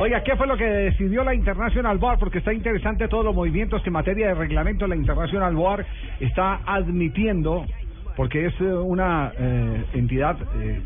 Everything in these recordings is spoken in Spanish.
Oiga, ¿qué fue lo que decidió la International Board? Porque está interesante todos los movimientos que en materia de reglamento la International Board está admitiendo, porque es eh, una eh, entidad eh,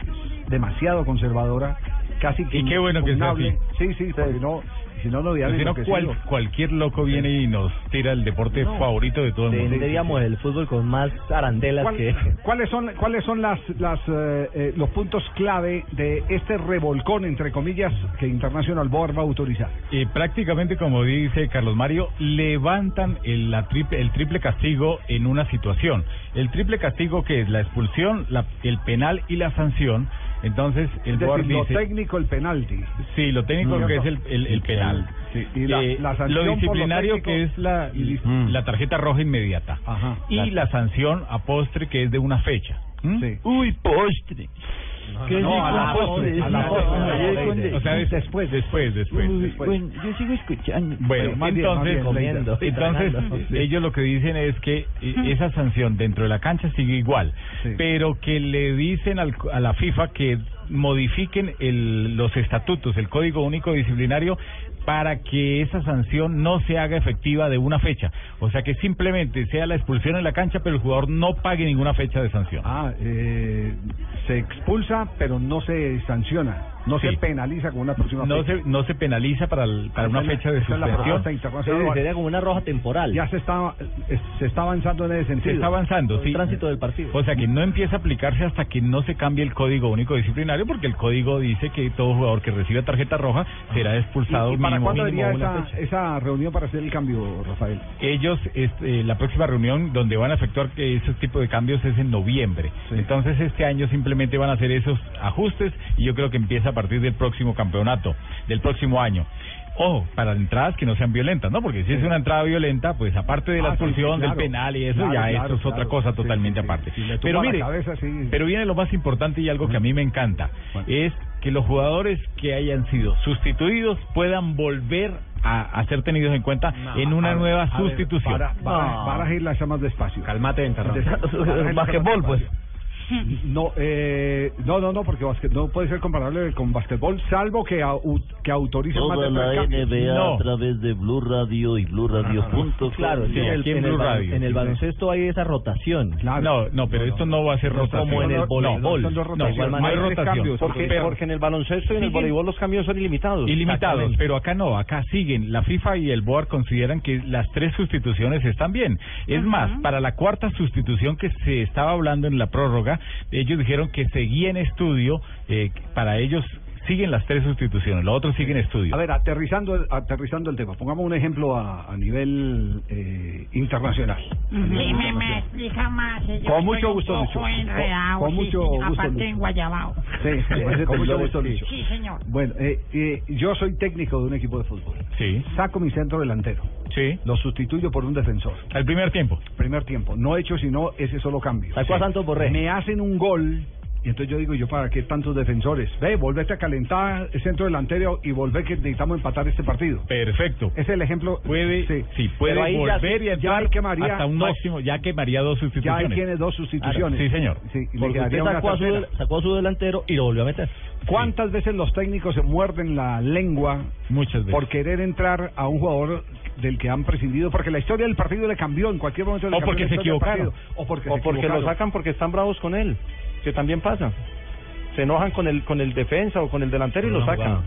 demasiado conservadora, casi que Y qué bueno que sea Pues inexpugnable. Sí, sí, porque no, si no, no hubieran Si no, cual- enloquecido. cualquier loco viene y nos tira el deporte No. favorito de todo el mundo. Tendríamos el fútbol con más arandelas ¿Cuál- que... ¿Cuáles son, cuáles son las, las, eh, eh, los puntos clave de este revolcón, entre comillas, que International Board va a autorizar? Y prácticamente, como dice Carlos Mario, levantan el, la triple, el triple castigo en una situación. El triple castigo que es la expulsión, la- el penal y la sanción. Entonces, el Es board decir, lo dice... técnico, el penalti. Sí, lo técnico Mm. que es el, el, el penal. Eh, Sí, y la- la sanción por lo lo disciplinario técnico que es la, y listo. la tarjeta roja inmediata. Ajá. y la, sanción a postre que es de una fecha. ¿Mm? Sí. Uy, postre. ¿Qué no, digo a la postre? postre, a la Ayer postre. con- O sea, es- después, después, después. Uy, después. Bueno, yo sigo escuchando. más Bueno, bien, más entonces, bien, comiendo, entonces entrenando. Sí. ellos lo que dicen es que eh, esa sanción dentro de la cancha sigue igual, Sí. pero que le dicen al- a la FIFA que modifiquen el- los estatutos, el Código Único Disciplinario, para que esa sanción no se haga efectiva de una fecha. O sea, que simplemente sea la expulsión en la cancha, pero el jugador no pague ninguna fecha de sanción. Ah, eh, se expulsa, pero no se sanciona, no Sí. se penaliza con una próxima No fecha. se, no se penaliza para, el- para una Esa es la- fecha de esa es la suspensión. propuesta Sí, internacional. sería como una roja temporal. Ya se está, eh, se está avanzando en ese sentido. Se está avanzando, el sí. Pues, tránsito del partido. O sea que no empieza a aplicarse hasta que no se cambie el código único disciplinario, porque el código dice que todo jugador que reciba tarjeta roja será expulsado ¿Y, y para mínimo, cuándo mínimo debería una esa, fecha. esa reunión para hacer el cambio, Rafael? Ellos, este, la próxima reunión donde van a efectuar que ese tipo de cambios es en noviembre. Sí. Entonces este año simplemente van a hacer esos ajustes y yo creo que empieza a partir del próximo campeonato, del próximo año. Ojo, para entradas que no sean violentas, ¿no? Porque si es Sí. una entrada violenta, pues aparte de la Ah, sí, sí, expulsión, claro. del penal y eso, Claro, ya claro, esto es otra claro. cosa Sí, sí, totalmente sí. aparte. Si le tumba Pero la mire, cabeza, sí. pero viene lo más importante y algo que a mí me encanta, Bueno. es que los jugadores que hayan sido sustituidos puedan volver a, a ser tenidos en cuenta en una A ver, nueva a ver, sustitución. Para, para, No. para ir las llamas despacio. Calmate, Ventarrón. Des- El basquetbol, pues. No, eh, no, no, no, porque basque- no puede ser comparable con basquetbol, salvo que, au- que autorice más de Toda tres la cambios. NBA No. a través de Blue Radio y BlueRadio.com. Claro, Sí, en el- aquí en en, el, Blue ba- Radio. en el baloncesto hay esa rotación. Claro. No, no, pero esto no va a ser No, rotación. como en el No, voleibol. No, Son dos no, rotaciones. no, no hay Hay tres rotación. cambios, porque- Pero- Porque en el baloncesto y en el Siguen- voleibol los cambios son ilimitados. Ilimitados, pero acá no, acá siguen. La FIFA y el BOAR consideran que las tres sustituciones están bien. Es más, para la cuarta sustitución que se estaba hablando en la prórroga, ellos dijeron que seguía en estudio, eh, para ellos siguen las tres sustituciones, lo otro sigue en estudio. A ver, aterrizando, el- aterrizando el tema, pongamos un ejemplo a, a nivel eh, internacional. Sí, me, me explica más. eh, yo Con estoy mucho un gusto, poco Lucho. Con- enredado, con sí, mucho sí, gusto, Lucho. Aparte en Guayabao. Sí, con mucho gusto, Lucho. Sí, señor. Bueno, eh, eh, yo soy técnico de un equipo de fútbol. Sí, Saco mi centro delantero, sí. lo sustituyo por un defensor. Al primer tiempo. Primer tiempo, no he hecho sino ese solo cambio. Sacó a Santos Borré. Me hacen un gol. Y entonces yo digo, yo para qué tantos defensores? Ve, volvete a calentar el centro delantero y volver que necesitamos empatar este partido. Perfecto. Es el ejemplo. Puede, sí, Eh, puede Pero ahí ya volver sí, y ya entrar hay que María- hasta un máximo, ya quemaría dos Ya sustituciones. ahí tiene dos sustituciones. Claro, sí, señor. Sí, y le Porque quedaría usted una sacó a, su, tercera. del- sacó a su delantero y lo volvió a meter. ¿Cuántas veces los técnicos se muerden la lengua Muchas veces. por querer entrar a un jugador del que han prescindido? Porque la historia del partido le cambió en cualquier momento. le O cambió porque la se historia del equivocaron. partido, O porque, o se porque lo equivocaron. sacan porque están bravos con él, que también pasa. Se enojan con el con el defensa o con el delantero y lo una sacan.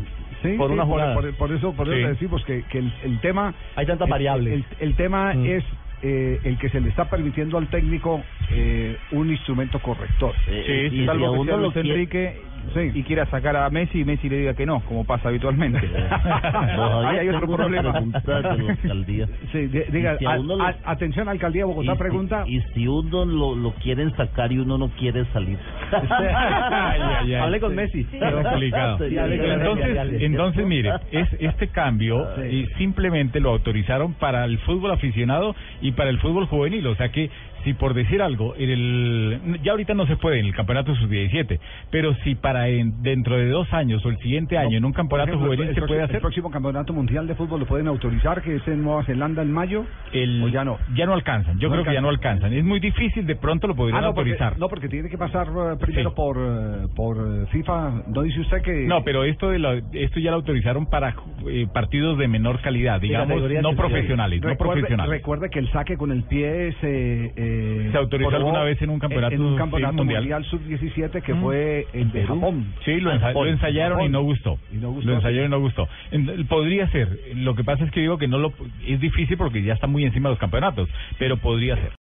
Sí, por sí, una jugada. Por, por eso, por eso Sí. le decimos que, que el, el tema. Hay tantas el- variables. El, el tema Mm. es eh, el que se le está permitiendo al técnico eh, un instrumento corrector. Eh, Sí, y si salvo a que sea uno lo Luis quiere- Enrique Sí. y quiera sacar a Messi y Messi le diga que no, como pasa habitualmente. Todavía Ahí hay otro tengo una problema. pregunta de la alcaldía. Sí, de- diga, Y si a al- uno lo- a- atención, alcaldía de Bogotá, Y si- pregunta. Y si uno lo, lo quieren sacar y uno no quiere salir. Ay, ay, ay. Hable con Messi. Qué complicado. Sí, dale, Pero dale, entonces, dale, dale. entonces mire, es este cambio Ah, Sí. y simplemente lo autorizaron para el fútbol aficionado y para el fútbol juvenil, o sea que si por decir algo, en el, ya ahorita no se puede en el campeonato sub-17, pero si para en- dentro de dos años o el siguiente este año en un campeonato Por ejemplo, juvenil el se proxi- puede El hacer, próximo campeonato mundial de fútbol lo pueden autorizar, que es en Nueva Zelanda en mayo. el, o ya no. Ya no alcanzan, yo No creo que ya no alcanzan. Es muy difícil, de pronto lo podrían Ah, no, porque, autorizar. no, porque tiene que pasar eh, primero Sí. por, eh, por eh, FIFA. ¿No dice usted que.? No, pero esto de la- esto ya lo autorizaron para eh, partidos de menor calidad, digamos, categoría no de- profesionales, no Recuerde- profesionales. Recuerde que el saque con el pie se, eh, Se autorizó probó alguna vez en un campeonato en un sí, campeonato mundial. mundial, sub-17 que fue el de Perú. Japón. Sí, lo, ensa- lo ensayaron y no gustó. Y no gustó. Lo ensayaron y no gustó. En- Podría ser. Lo que pasa es que digo que no lo es difícil porque ya está muy encima de los campeonatos, pero podría ser.